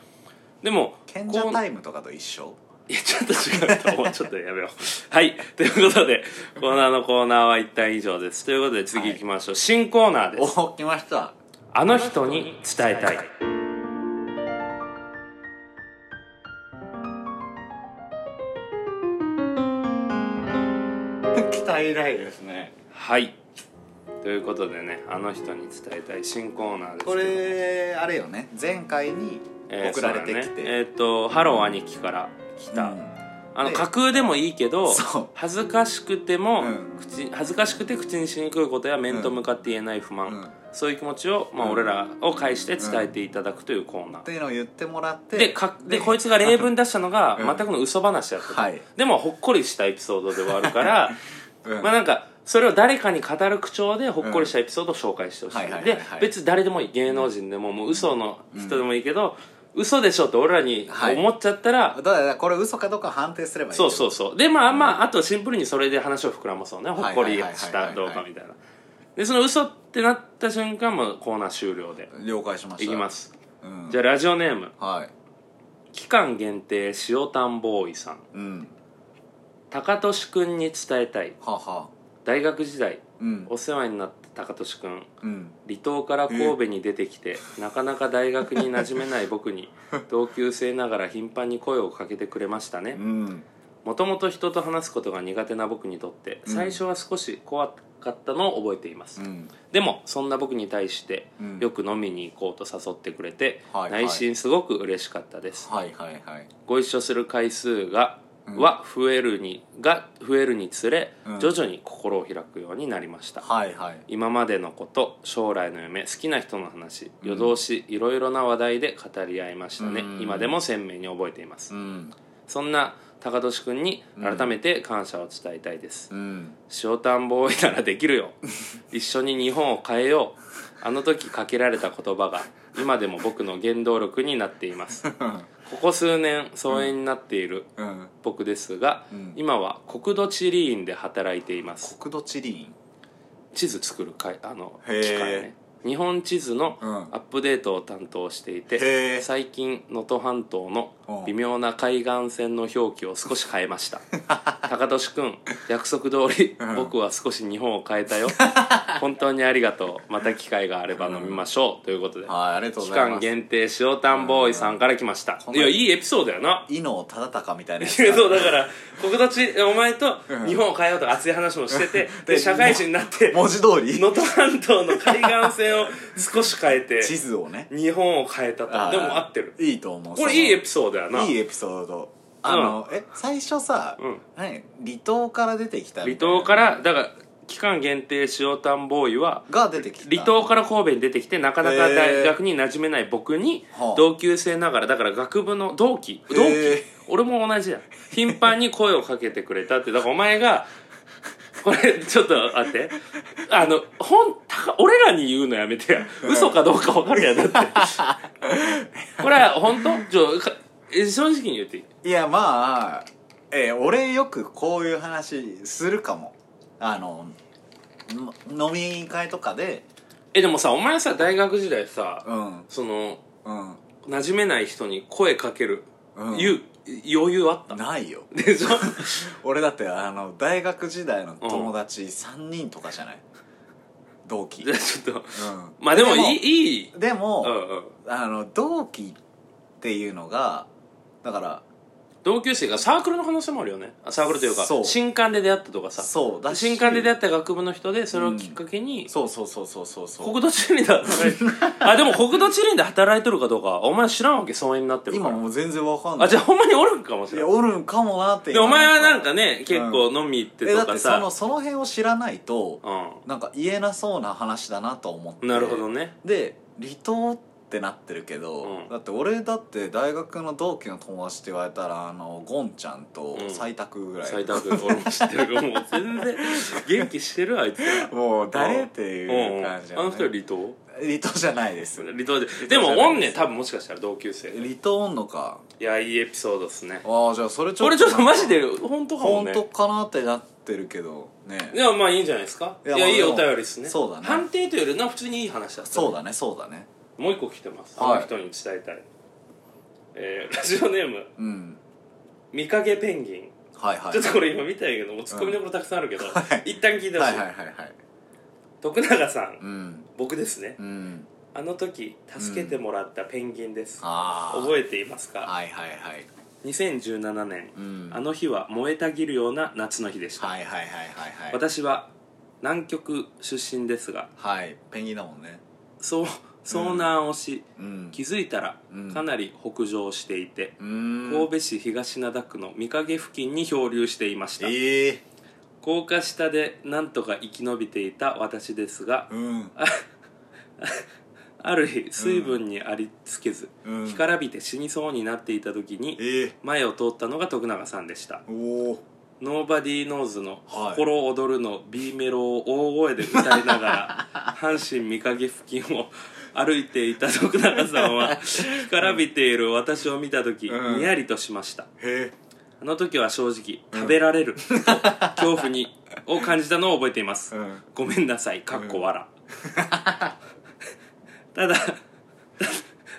でも賢者こうタイムとかと一緒いやちょっと違う <laughs> と思うちょっとやめようはいということでコーナーのコーナーは一旦以上ですということで次行きましょう、新コーナーですお来ましたあの人に伝えたい <laughs> 期待大ですねはいということでねあの人に伝えたい新コーナーですけどこれあれよね前回にえー送られてきそうて、だねえっ、と「ハロー兄貴」から来た、うんあので架空でもいいけどそう恥ずかしくても、うん口恥ずかしくて口にしにくいことや面と向かって言えない不満、うんそういう気持ちを、まあ、うん俺らを介して伝えていただくというコーナー、っていうのを言ってもらってでかでこいつが例文出したのがうん全くの嘘話やったと、はいでもほっこりしたエピソードではあるから <laughs> うんまあなんかそれを誰かに語る口調でほっこりしたエピソードを紹介してほしい,、うんはいはいではいはい別に誰でもいい芸能人でももう嘘の人でもいいけど、嘘でしょって俺らに思っちゃったら、だからこれ嘘かどうか判定すればいいそうそううそうでまあまあ、あとシンプルにそれで話を膨らまそうねほっこりはいはいはいはいはいした動画みたいなでその嘘ってなった瞬間もコーナー終了で了解しました、いきますすうん、じゃあラジオネームはい期間限定塩タンボーイさんうん高俊くんに伝えたいはあは大学時代あうんお世話になった高俊くんうん離島から神戸に出てきてなかなか大学に馴染めない僕に同級生ながら頻繁に声をかけてくれましたねうんもともと人と話すことが苦手な僕にとってうん最初は少し怖かったのを覚えています、うんでもそんな僕に対してうんよく飲みに行こうと誘ってくれて、はいはい内心すごく嬉しかったです、はいはいはいご一緒する回数が、うんは増えるにが増えるにつれ、うん徐々に心を開くようになりましたはいはい今までのこと将来の夢好きな人の話夜通し、いろいろな話題で語り合いましたね、うん今でも鮮明に覚えていますうんそんな高俊君に改めて感謝を伝えたいです、うん <laughs> 塩田んボーイならできるよ一緒に日本を変えようあの時かけられた言葉が今でも僕の原動力になっていますここ数年疎遠になっているうん僕ですが、うん今は国土地理院で働いています国土地理院地図作る会あのへー機械ね日本地図のうんアップデートを担当していて、へー最近能登半島のうん微妙な海岸線の表記を少し変えました <laughs> 高俊君約束通り、うん僕は少し日本を変え <laughs> たよ本当にありがとうまた機会があれば飲みましょう、ということではいありがとう期ござい間ます限定塩タンボーイさんから来ました、うんいやいいエピソードやな <laughs> 伊能忠敬みたいなやついや <laughs> そうだから国土地お前と日本を変えようとか熱い話もして <laughs> てで社会人になって文字 <laughs> 通り能登半島の海岸線を少し変え <laughs> て地図をね日本を変えたあー <laughs> とでも合ってるいいと思うこれいいエピソソードやないいエピソードあのえ最初さうん何離島から出てきたみ離たいな島からだから期間限定塩タンボーイはが出てきた離島から神戸に出てきてなかなか大学に馴染めない僕にはあ同級生ながらだから学部の同期へえ同期俺も同じやん頻繁に声をかけてくれたってだからお前がこれちょっと待ってあの本高俺らに言うのやめてや嘘かどうか分かるやん <laughs> だってこれは本当ちょかえ正直に言っていいいやまあえー俺よくこういう話するかもあのの飲み会とかでえでもさお前さ大学時代さうんそのうん馴染めない人に声かける、うん言う余裕あったないよでしょ俺だってあの大学時代の友達3人とかじゃない同期じゃあちょっとうんまあでもいいいいでもうんうんあの同期っていうのがだから同級生がサークルの可能性もあるよねあサークルというかそう新刊で出会ったとかさそうだし新刊で出会った学部の人でそれをきっかけに、そうそうそうそうそうそう国土地理院で働いてあでも国土地理院で働いてるかどうかお前知らんわけ疎遠になってるか今らもう全然わかんないあじゃあほんまにおるんかもしいれやないおるんかもなってでお前はなんかね結構飲み行ってえだとってかそさのその辺を知らないとうなんか言えなそうな話だなと思ってんなるほどねで離島ってなってるけど、うんだって俺だって大学の同期の友達って言われたらあのゴンちゃんとうん斉卓ぐらい、斉藤君俺も知ってるけどもう全然元気してるあいつらもう誰 <laughs> っていう感じ、うんうんあの人離島離島じゃないです離島ででもおんねん多分もしかしたら同級生で離島おんのかいやいいエピソードっすねああじゃあそれちょっと俺ちょっとマジで本当かも本ね当かなってなってるけどねいやまあいいんじゃないですかいいややまあいいお便りですねそうだね判定というよりな普通にいい話だったそうだねそうだねもう一個来てますあはのい人に伝えたいえーラジオネームうん見かけペンギンはいはいちょっとこれ今見たんやけどもうツッコミどころたくさんあるけどはい一旦聞いてほしはいいはいはいはい徳永さうんん僕ですねうんあの時助けてもらったペンギンですああ覚えていますかはいはいはい2017年うんあの日は燃えたぎるような夏の日でしたはいはいはいはいはい私は南極出身ですがはいペンギンだもんねそう遭難をし、うん気づいたらうんかなり北上していて、うん神戸市東灘区の御影付近に漂流していました、ええ高架下でなんとか生き延びていた私ですが、うんある日水分にありつけず、うん干からびて死にそうになっていた時にええ前を通ったのが徳永さんでしたおお「ノーバディーノーズの「はい心躍る」の B メロを大声で歌いなが <laughs> ら阪神御影付近を歩いていた徳永さんは <laughs> 干からびている私を見た時、うんにやりとしましたへえあの時は正直食べられ <laughs> る、と恐怖にを感じたのを覚えています、うんごめんなさいかっこ笑、ただ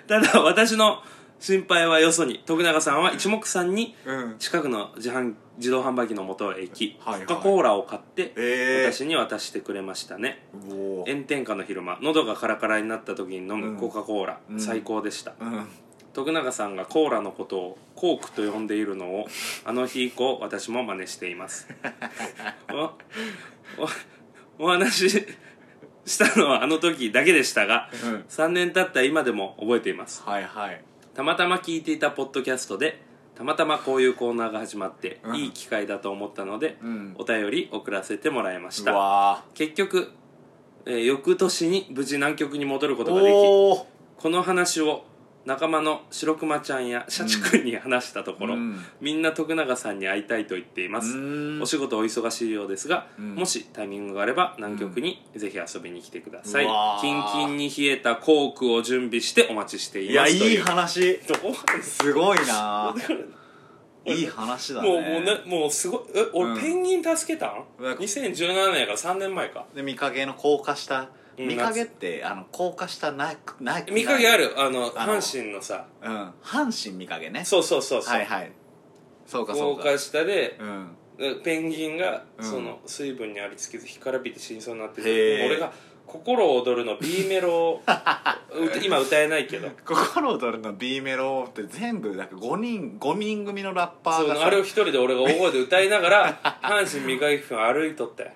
ただ私の心配はよそに徳永さんは一目散にうん近くの自販自動販売機の元へ行き、はいはいコカ・コーラを買って、ええ私に渡してくれましたねおお炎天下の昼間喉がカラカラになった時に飲うんむコカ・コーラ、うん最高でした、うん徳永さんがコーラのことをコークと呼んでいるの <laughs> をあの日以降私も真似しています <laughs> おおお話ししたのはあの時だけでしたがうん3年経った今でも覚えていますはいはいたまたま聞いていたポッドキャストでたまたまこういうコーナーが始まって、うんいい機会だと思ったので、うんお便り送らせてもらいましうたわ結局、えー翌年に無事南極に戻るこーとができおおこの話を仲間の白熊ちゃんや社畜に話したところ、うんみんな徳永さんに会いたいと言っています、うんお仕事お忙しいようですが、うんもしタイミングがあれば南極にぜひ遊びに来てください、うわーキンキンに冷えたコークを準備してお待ちしていいやますいとい話どうすごいな <laughs> いい話だねもうもうなもうすごいえ俺、うんペンギン助けたんうわ ?2017 年やから3年前かで見かけの高架下うん見かけってあの高架下なくなく見かけあるるあのあの阪神のさうん阪神見かけねそうそうそうそう、はいはいそうかそ高うか架下でうんペンギンがうんその水分にありつけず干からびて死にそうになってへてー俺が「心躍る」の B メロ <laughs> をう今歌えないけど心躍るの B メロって全部なんか5人5人組のラッパそーうがさあれを一人で俺が大声で歌いながら阪神三影君歩いとったよ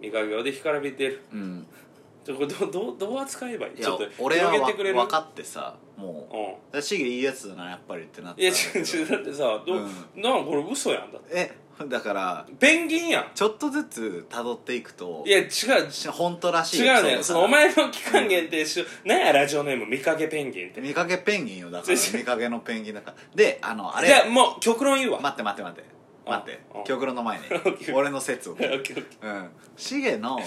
三影をで干からびてるうんちょこれどどうどう扱えばいいいちやょっと俺は広げわてくれる分かってさもううだんしげいいやつだなやっぱりってなったいや違う違うだってさど、ううんなんこれ嘘やんだってえだからペンギンやんちょっとずつ辿っていくといや違うし本当らしい違うエねピそソードのおだ前の期間限定しようなんやラジオネーム三影ペンギンって見かけペンギンよだから違う違う見かけのペンギンだからであのあれじゃあもう極論言うわ、待って待って待ってあ待ってあ極論の <laughs> 前に OK 俺の説を <laughs> オッケーオッケうんシゲの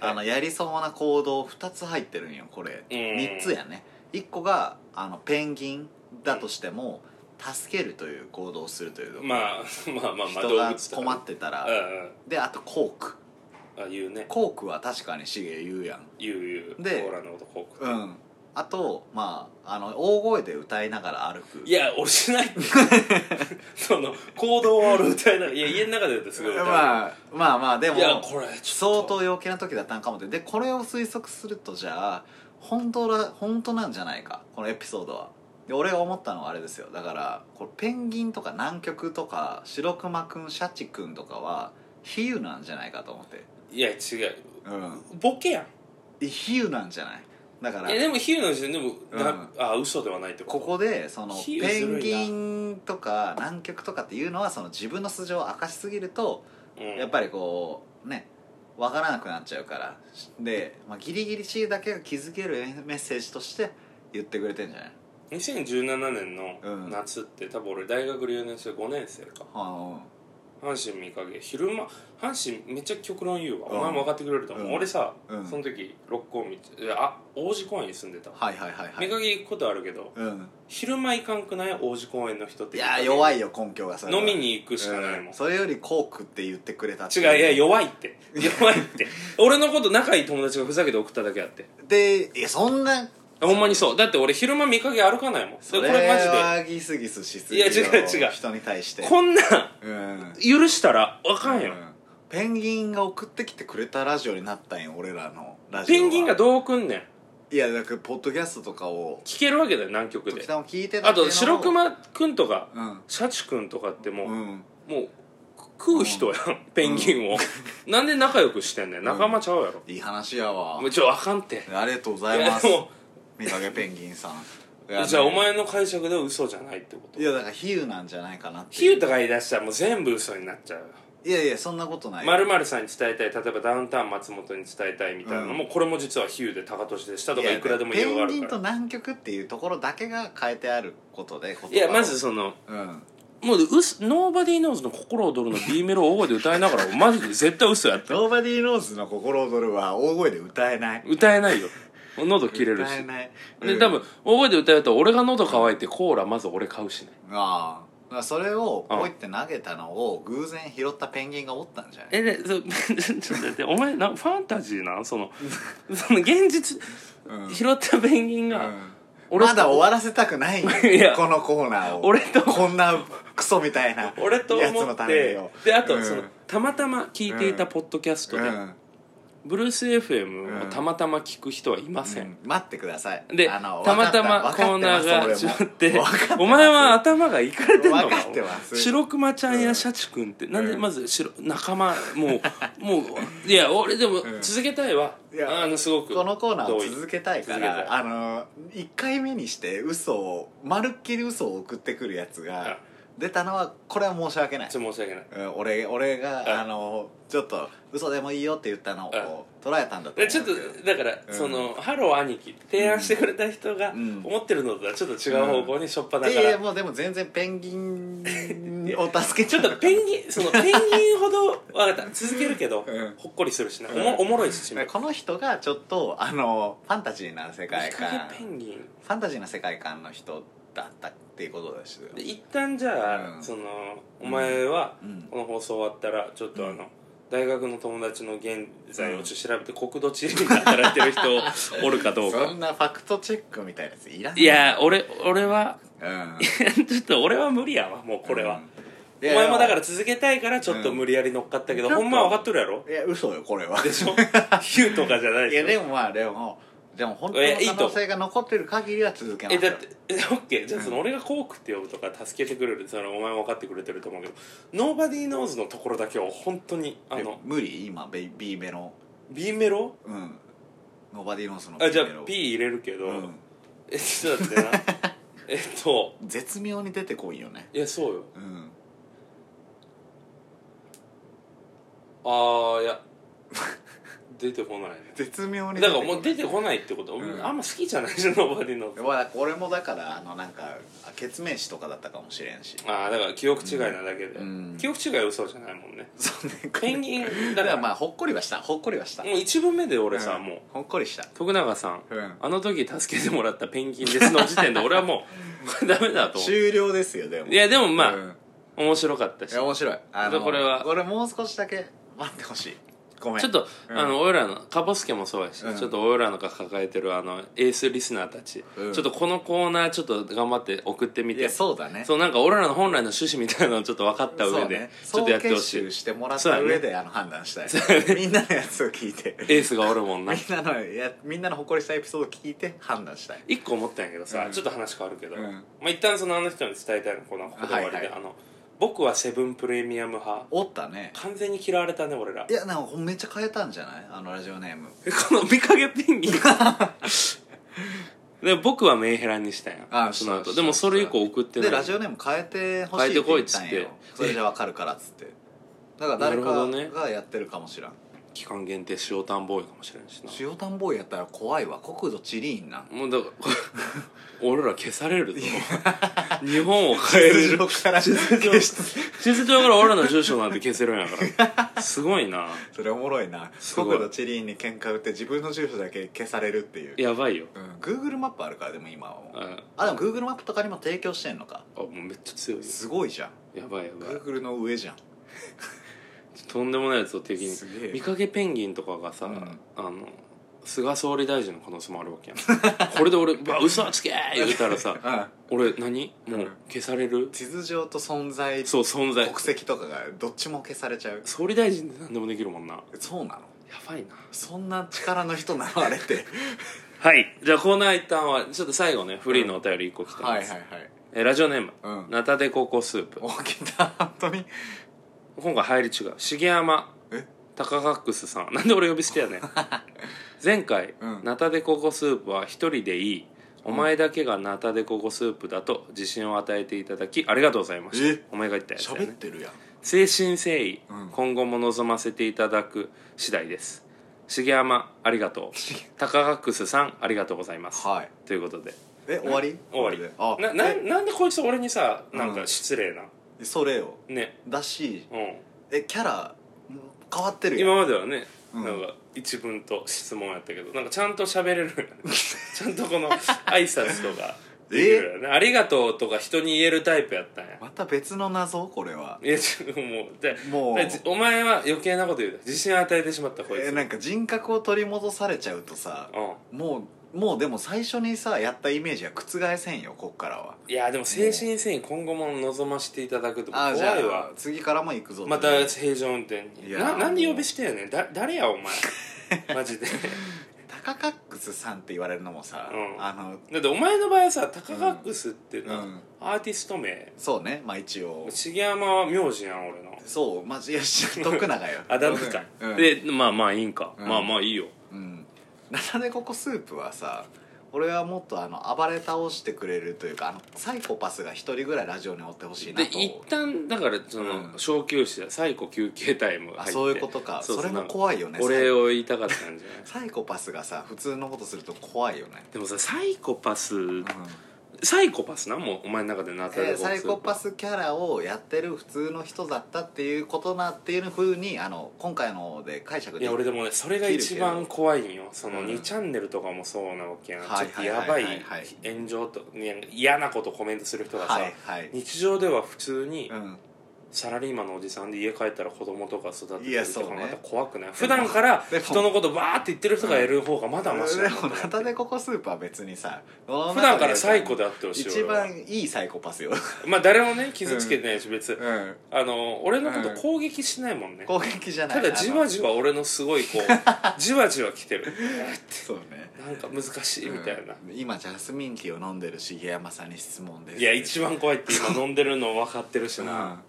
あのやりそうな行動2つ入ってるんよこれうん3つやね1個があのペンギンだとしても助けるという行動をするというーまあまあまあまあ人動が物とか困ってたらうであとコークんうんあ言うねコークは確かにシゲ言うやん言う言うでコーラのことこううんあとまああの大声で歌いながら歩くいや俺し <laughs> ないってその行動は俺歌いながらいや家の中でだってすごい歌う、まあまあまあでもいやこれちょ相っと当陽気な時だったんかもってでこれを推測するとじゃあ本当だ本当なんじゃないかこのエピソードはで俺が思ったのはあれですよだからこれペンギンとか南極とか白熊くんシャチくんとかは比喩なんじゃないかと思っていや違ううんボケやんえ比喩なんじゃないだからえでも比喩の時点でも、なうんあ嘘ではないってこことこでその比喩ペずンるいなギンとか南極とかっていうのはその自分の素性を明かしすぎるとうんやっぱりこうね分からなくなっちゃうからで、まあ、ギリギリ C だけが気づけるメッセージとして言ってくれてんじゃない2017年のうん夏って、多分俺大学留年して5年生かあの阪神見かけ昼間阪神めっちゃ極論言うわ、うんお前も分かってくれると思う、うん俺さ、うんその時六甲道いやあ王子公園に住んでたわはいはいはいは見い、かけ行くことあるけどうん、昼間行かんくない王子公園の人っいてや弱いいよ根拠がそれは飲みに行くしかないもん、うんそれよりコークって言ってくれたって違ういや弱いって弱いって <laughs> 俺のこと仲いい友達がふざけて送っただけあってでいやそんなほんまにそうだって俺昼間見かけ歩かないもんでそこれれマジはギスギスしすぎるよいや違う違う人に対してでこんなんうん許したらあかんよ、うんペンギンが送ってきてくれたラジオになったんよ俺らのラジオはペンギンがどうくんねんいやだからポッドキャストとかを聞けるわけだよ南極時でたま聞いてたあっていうのとを白熊くんとかうんシャチくんとかってもう、うんもう食う人やん、ペンギンを、なんで仲良くしてんねん仲間ちゃうやろ、いい話やわもうちょあかんってありがとうごいざいやますでも見かけペンギンさんがえね <laughs> じゃあお前の解釈では嘘じゃないってこといやだから比喩なんじゃないかなって比いう喩とか言い出したらもう全部嘘になっちゃうよいやいやそんなことないまるまるさんに伝えたい例えばダウンタウン松本に伝えたいみたいなのも、これも実は比喩で高俊でしたとかいくらでも言いようがあペンギるンとか南極っていうところだけが変えてあることでらいやまずそのうんもううす「ノーバディーノーズの心躍る」の B メロを大声で歌いながら <laughs> マジで絶対嘘やったノーバディーノーズの心躍るは大声で歌えない歌えないよ喉切れるし歌えないで多分大声で歌うと俺が喉乾いてコーラまず俺買うしねああだからそれをポイって投げたのを偶然拾ったペンギンがおったんじゃないえでそ <laughs> ちょっと待ってお前なファンタジーなんその <laughs> その現実うん拾ったペンギンが、うん俺とまだ終わらせたくないんよ <laughs> いやこのコーナーを俺とこんなクソみたいな俺とやつ思のっためてにをであとうんその、たまたま聞いていたポッドキャストうで、んブルース FM をたまたま聞く人はいません、うん待ってくださいであのたまたわまコかーってまナすーがわか違っっててます俺もお前は頭がいかれてんのわかってます白熊ちゃんやシャチ君ってなんでまず白仲間もう <laughs> もういや俺でもん続けたいわいやあのすごくこのコーナーを同意続けたいか同意らあの1回目にして嘘をまるっきり嘘を送ってくるやつが出たのはこれは申し訳ないちょっと申し訳ないうん俺俺んがあのちょっと嘘でもいいよって言ったのをこう捉えたんだと思うでちょっとんですけどだから、うんそのハロー兄貴って提案してくれた人がうん思ってるのとはちょっと違う方向にしょっぱだかいら、やいやもうでも全然ペンギンを助けちょっとペンギンそのペンギンほど分かった続けるけど、うんほっこりするしな、うんおもおもろいしこの人がちょっとあのファンタジーな世界日陰観ペンギンファンタジーな世界観の人だったっていうことですよで一旦じゃあ、うんそのお前は、うんこの放送終わったらちょっとあの、うん大学の友達の現在をちょっと調べて国土地理に働いてる人おるかどうそかんなファクトチェックみたいなやついらないいや俺俺はうんちょっと俺は無理やわも <laughs> うこれは、うんお前もだから続けたいからちょっと無理やり乗っかったけど、うんほんまは分かっとるやろ <laughs> いや嘘よこれはでしょヒューとかじゃないいやでしでょもまあでもでも本当いやいいのと思う可能性が残ってる限りは続けますえよだってえオッケーじゃあその俺がコークって呼ぶとか助けてくれるそのお前も分かってくれてると思うけどノーバディーノーズのところだけは本当にあえの無理今ベイ B メロ B メロうんノーバディーノースのあじゃあメロ B 入れるけど、うんえちょっと待ってな <laughs> えっと絶妙に出てこいよねいやそうようんああいや出てこないね絶妙にだからもう出出ててこないってこと、うんあんま好きじゃないじゃんノーバディーノーズこない俺もだからあのなんかあ血面師とかだったかもしれんしああだから記憶違いなだけで、うん記憶違いは嘘じゃないもんねそうねペンギンだだかかららまあほっこりはしたほっこりはしたもう1文目で俺さ、んもうほっこりした徳永さん、うんあの時助けてもらったペンギンですの時点で俺はもう <laughs> これダメ <laughs> だと思終了ですよでもういやでもまあ、うん面白かったしいや面白いあでこれはこれもう少しだけ待ってほしいごめんちょっと、うんあの俺らのカボスケもそうやし、うんちょっと俺らのが抱えてるあのエースリスナーたち、うんちょっとこのコーナーちょっと頑張って送ってみいてやそうだねそうなんか俺らの本来の趣旨みたいなのをちょっと分かった上で、ちそょっうとねやってほし総い結集してもらった上で、あの判断したいみんなのやつを聞いてエースがおるもんみなんなのやみんなの誇りしたエピソードを聞いて判断したい一個思ったんやけどさ、うんちょっと話変わるけど、うんまあ一旦そのあの人に伝えたいのこのここで終わりで、はいはいあの僕はセブンプレミアム派おったね完全に嫌われたね俺らいやなんかめっちゃ変えたんじゃないあのラジオネームえ <laughs> この見かけペ <laughs> ンギンで僕はメンヘラにしたんやあそのそうそ後うでもそれ以降送ってなでいラジオネーム変えてほしいって言ったん変えてよこいっつってそれじゃわかるからっつってだから誰なるほどねかがやってるかもしらん期間限定塩タンボーイかもしれんしな塩田んボーイやったら怖いわ国土地理院なんもうだから <laughs> 俺ら消されるぞ <laughs> 日本を変え <laughs> る上から消し地図上から俺らの住所なんて消せるんやからすごいなそれおもろいなすごい国土地理院に喧嘩売って自分の住所だけ消されるっていうやばいようん、Google マップあるからでも今はもうああでも Google マップとかにも提供してんのかあもうめっちゃ強いよすごいじゃんやばいやばい Google の上じゃんとんでもないやつを敵にすげえ見かけペンギンとかがさ、うんあの菅総理大臣の可能性もあるわけやん <laughs> これで俺「うわ嘘つけ!」言ったらさうん俺何もう消される地図上と存在そう存在国籍とかがどっちも消されちゃう総理大臣って何でもできるもんなやそうなのばいなそんな力の人なのあれって <laughs> はいじゃあコーナー一旦はちょっと最後ねフリーのお便り1個来てはまいはいす、はいえーラジオネーム、うんナタデココスープ大きな本当に今回入り違う重山え <laughs> タカカックスさんなんで俺呼び捨てやねん前回、うんナタデココスープは一人でいいお前だけがナタデココスープだと自信を与えていただきありがとうございましえたお前が言ったやつだよ喋っねてるやん誠心誠意、うん今後も望ませていただく次第です重山ありがとしう高ガックスさんありがとうございます、はいということでえ終わり終わりあななえなんでこいつ俺にさなんうかん失礼な、それよねだしうんえキャラん変わってるやん今まではね、うんなんか一文と質問やったけどなんかちゃんと喋れるよね <laughs> ちゃんと <laughs> この挨拶とかできるよね「ありがとう」とか人に言えるタイプやった <laughs> んやまた別の謎これはいやちょもうでもうでじお前は余計なこと言うな自信与えてしまったこいつ、えなんか人格を取り戻されちゃうとさうんもうもうでも最初にさやったイメージは覆せんよこっからはいやでも精神繊維今後も望ましていただくとかあーじ怖いゃあわ次からも行くぞまた平常運転いにやななんで呼びしてんやねんだ誰やお <laughs> 前マジでタカカックスさんって言われるのもさ、うんあのだってお前の場合はさタカガックスってな、うんアーティスト名そうねまあ一応重山は名字やん俺のそうまあいや徳永よあだ名か、うん、でまあまあいいんか、うんまあまあいいようんナタデココスープはさ俺はもっとあの暴れ倒してくれるというかあのサイコパスが一人ぐらいラジオにおってほしいなでと一旦だからそうの、ん小休止だ最後休憩タイム入っあてそういうことかそそうそうれも怖いよねお礼を言いたかったんじゃないサイサイコパスがさ普通のことすると怖いよね、でもさサイコパス、うんサイコパスなもうお前の中でナタえデーコサイコパススキャラをやってる普通の人だったっていうことなっていうふうにあの今回ので解釈いでやき俺でもねそれが一番怖いんよそのうん2チャンネルとかもそうなわけやん、はちいょっとやばいはいはいはいはい炎上とね嫌なことコメントする人がさ、はいはい、日常では普通にうん、サラリーマンのおじさんで家帰ったら子供とか育てているやとそうかねまた怖くない、普段からでも人のことバーって言ってる人がやる方がまだマシでだもと思ナうタデココスープは別にさ普普段からサイコであってほしい一俺は番いいサイコパスよ、まあ誰もね傷つけてないし別に、うん、あの俺のこと攻撃しないもんね、攻撃じゃないただじわじじわ俺のすご <laughs> いこうじわじわ来てるそうねなんか難しいみたいな、うん今ジャスミンティーを飲んでる重山さんに質問ですいや一番怖いって今飲んでるの分かってるしうんな、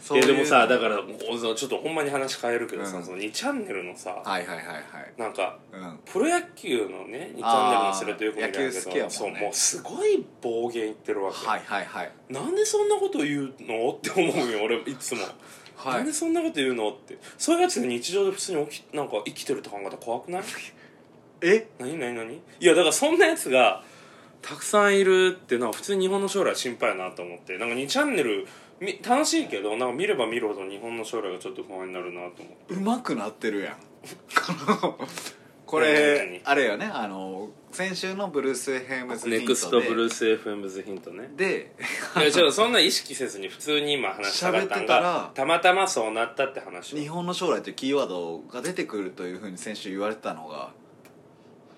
そういいやうでもさだからもうちょっとほんまに話変えるけどさ、うんその2チャンネルのさ、はいはいはいはいなんかうんプロ野球のね2チャンネルにするとよく見るんだけあーど野球好きやもんねそうもうすごい暴言言ってるわけ、はいはいはいなんでそんなこと言うのって思うよ俺いつも、はなんいでそんなこと言うのってそういうやつが日常で普通に起きなんか生きてるって考えたら怖くないえ何何何いやだからそんなやつがたくさんいるってなんか普通に日本の将来心配やなと思ってなんか2チャンネルみ楽しいけどなんか見れば見るほど日本の将来がちょっと不安になるなと思ってうまくなってるやんこ何れ何あれよねあの先週のブルース・ヘイムズ・ヒントでネクストブルース FM ズヒントねでいやちょっとそんな意識せずに普通に今話したかったん喋っがてたまたまそうなったって話日を本の将来というキーワードが出てくるというふうに先週言われてたのが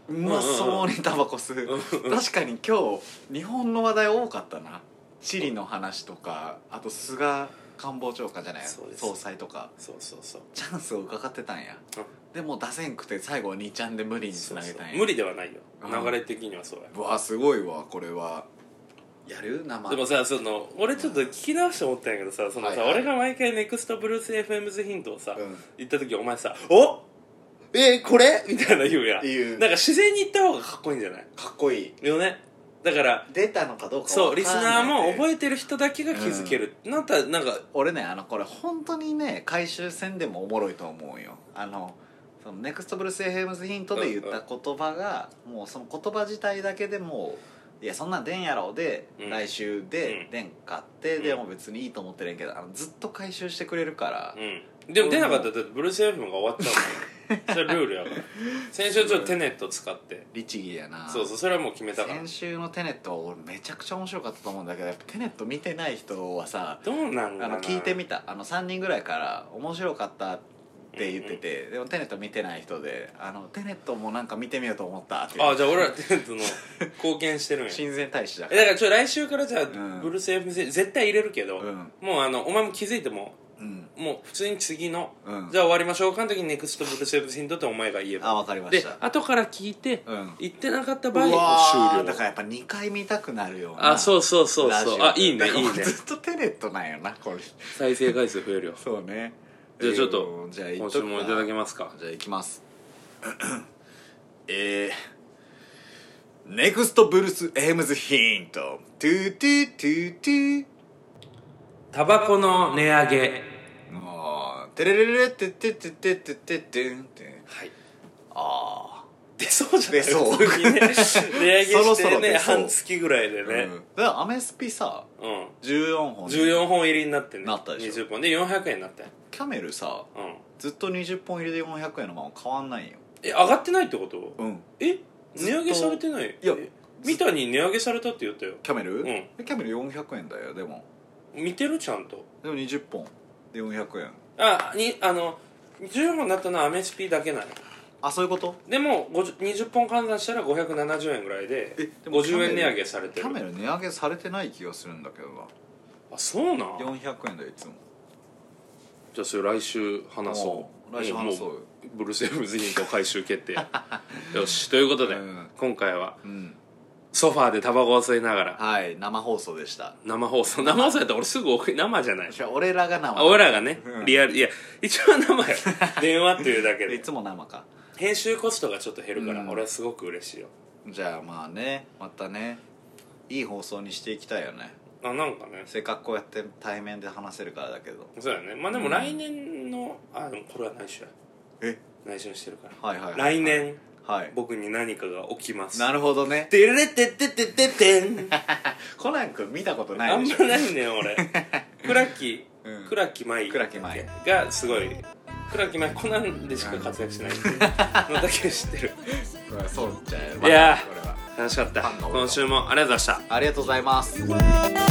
うまそうにタバコ吸う確かに今日日本の話題多かったなチリの話とかあと菅官房長官じゃないそうです総裁とかそうそうそうチャンスを伺ってたんやうんでも出せんくて最後2ちゃんで無理につそなうげそうたんや無理ではないようん流れ的にはそうやうわすごいわこれはやる生でもさその俺ちょっと聞き直して思ったんやけどさそのさ、はいはい俺が毎回ネクストブルース FM ズヒントをさ、うん言った時お前さ「おえー、これ?」みたいな言うやん言うなんか自然に言った方がかっこいいんじゃないかっこいいよねだから出たのかどうかそうリスナーも覚ええてる人だけが気づける、なったらなんか俺ねあのこれ本当にね回収戦でもおもろいと思うよあのそのネクストブルース・エヘムズ・ヒントで言った言葉が、もうその言葉自体だけでもういやそんなん出んやろで、うん来週で、うん出んかって、うんでも別にいいと思ってるんやけどあのずっと回収してくれるから、うん、でも出なかったらだってブルース FM が終わっちゃう <laughs> からそれルールやから先週ちょっとテネット使って律儀やなそうそうそれはもう決めたから先週の「テネット」は俺めちゃくちゃ面白かったと思うんだけどやっぱテネット見てない人はさどうなんあだろの聞いてみたあの3人ぐらいから「面白かった」って言ってて、でもテネット見てない人で「あのテネットもなんか見てみようと思った」ってあじゃあ俺らテネットの貢献し <laughs> てるんや親善大使だかえらだからちょ来週からじゃあ、んブルース FM 絶対入れるけど、うんもうあのお前も気づいてもうんもう普通に次の、うんじゃあ終わりましょうかの時にネクストブルース FM ヒントってお前が言えばあわかりましでた後から聞いて、うん言ってなかったう場合もうわ終ー了だからやっぱ2回見たくなるようなあそうそうそうラジそうオあいいねいだからいね <laughs> ずっとテネットなんよなこれ再生回数増えるよそうねじゃあちょっえーとじゃあ今一週もいただけまますかじゃあいきますえー、ネクストブルース・エムズ・ヒントトゥートゥートゥートゥータバコの値上げあーテレレレレテテテテテテテンテンはいあ出そうじゃない出そう普通にね <laughs> 値上げそろしそろてね出そう半月ぐらいであ、ねね、だからアメスピさうん14本14本入りになってねなったでしょ20本で400円になったよキャメルさうんずっと20本入りで400円のまま変わんないよえ上がってないってことうんえずっと値上げされてないいやえ三谷値上げされたって言ったよキャメル、んえキャメル400円だよでも見てるちゃんとでも20本で400円あにあの14本だったのはアメスピだけなのあそういうことでも50 20本換算したら570円ぐらいでえでもキャメ50ル円値上げされてキるャメル値上げされてない気がするんだけどなあそうなんじゃ400円だよいつもあそれ来週話そうおう来週話そうんもブルース・エムズ・ヒント回収 <laughs> 決定よしということで、うん今回はうんソファーでタバコを吸いながらはい生放送でした生放送生放送やったら俺すぐ送り生じゃないじゃあ俺らが生あ俺らがね、うんリアルいや一応 <laughs> 生よ電話っていうだけいでつも生か編集コストがちょっと減るから、うん俺はすごく嬉しいよじゃあまあねまたねいい放送にしていきたいよねあなんかねせっかくこうやって対面で話せるからだけどそうだねまあでうもん来年の、あでもこれは内緒やえ内緒にしてるから、はいはい来年はい僕に何かが起きますなるほどねてれれてってってってってんコナン君見たことなあいんでしまょないねん俺倉木うん倉木舞倉木舞がすごい倉木舞コナンでしか活躍しないっていうのだけ知ってるこれはそうじゃいやーこれは楽しかったファンが多い今週もありがとうございましたありがとうございます Whoa.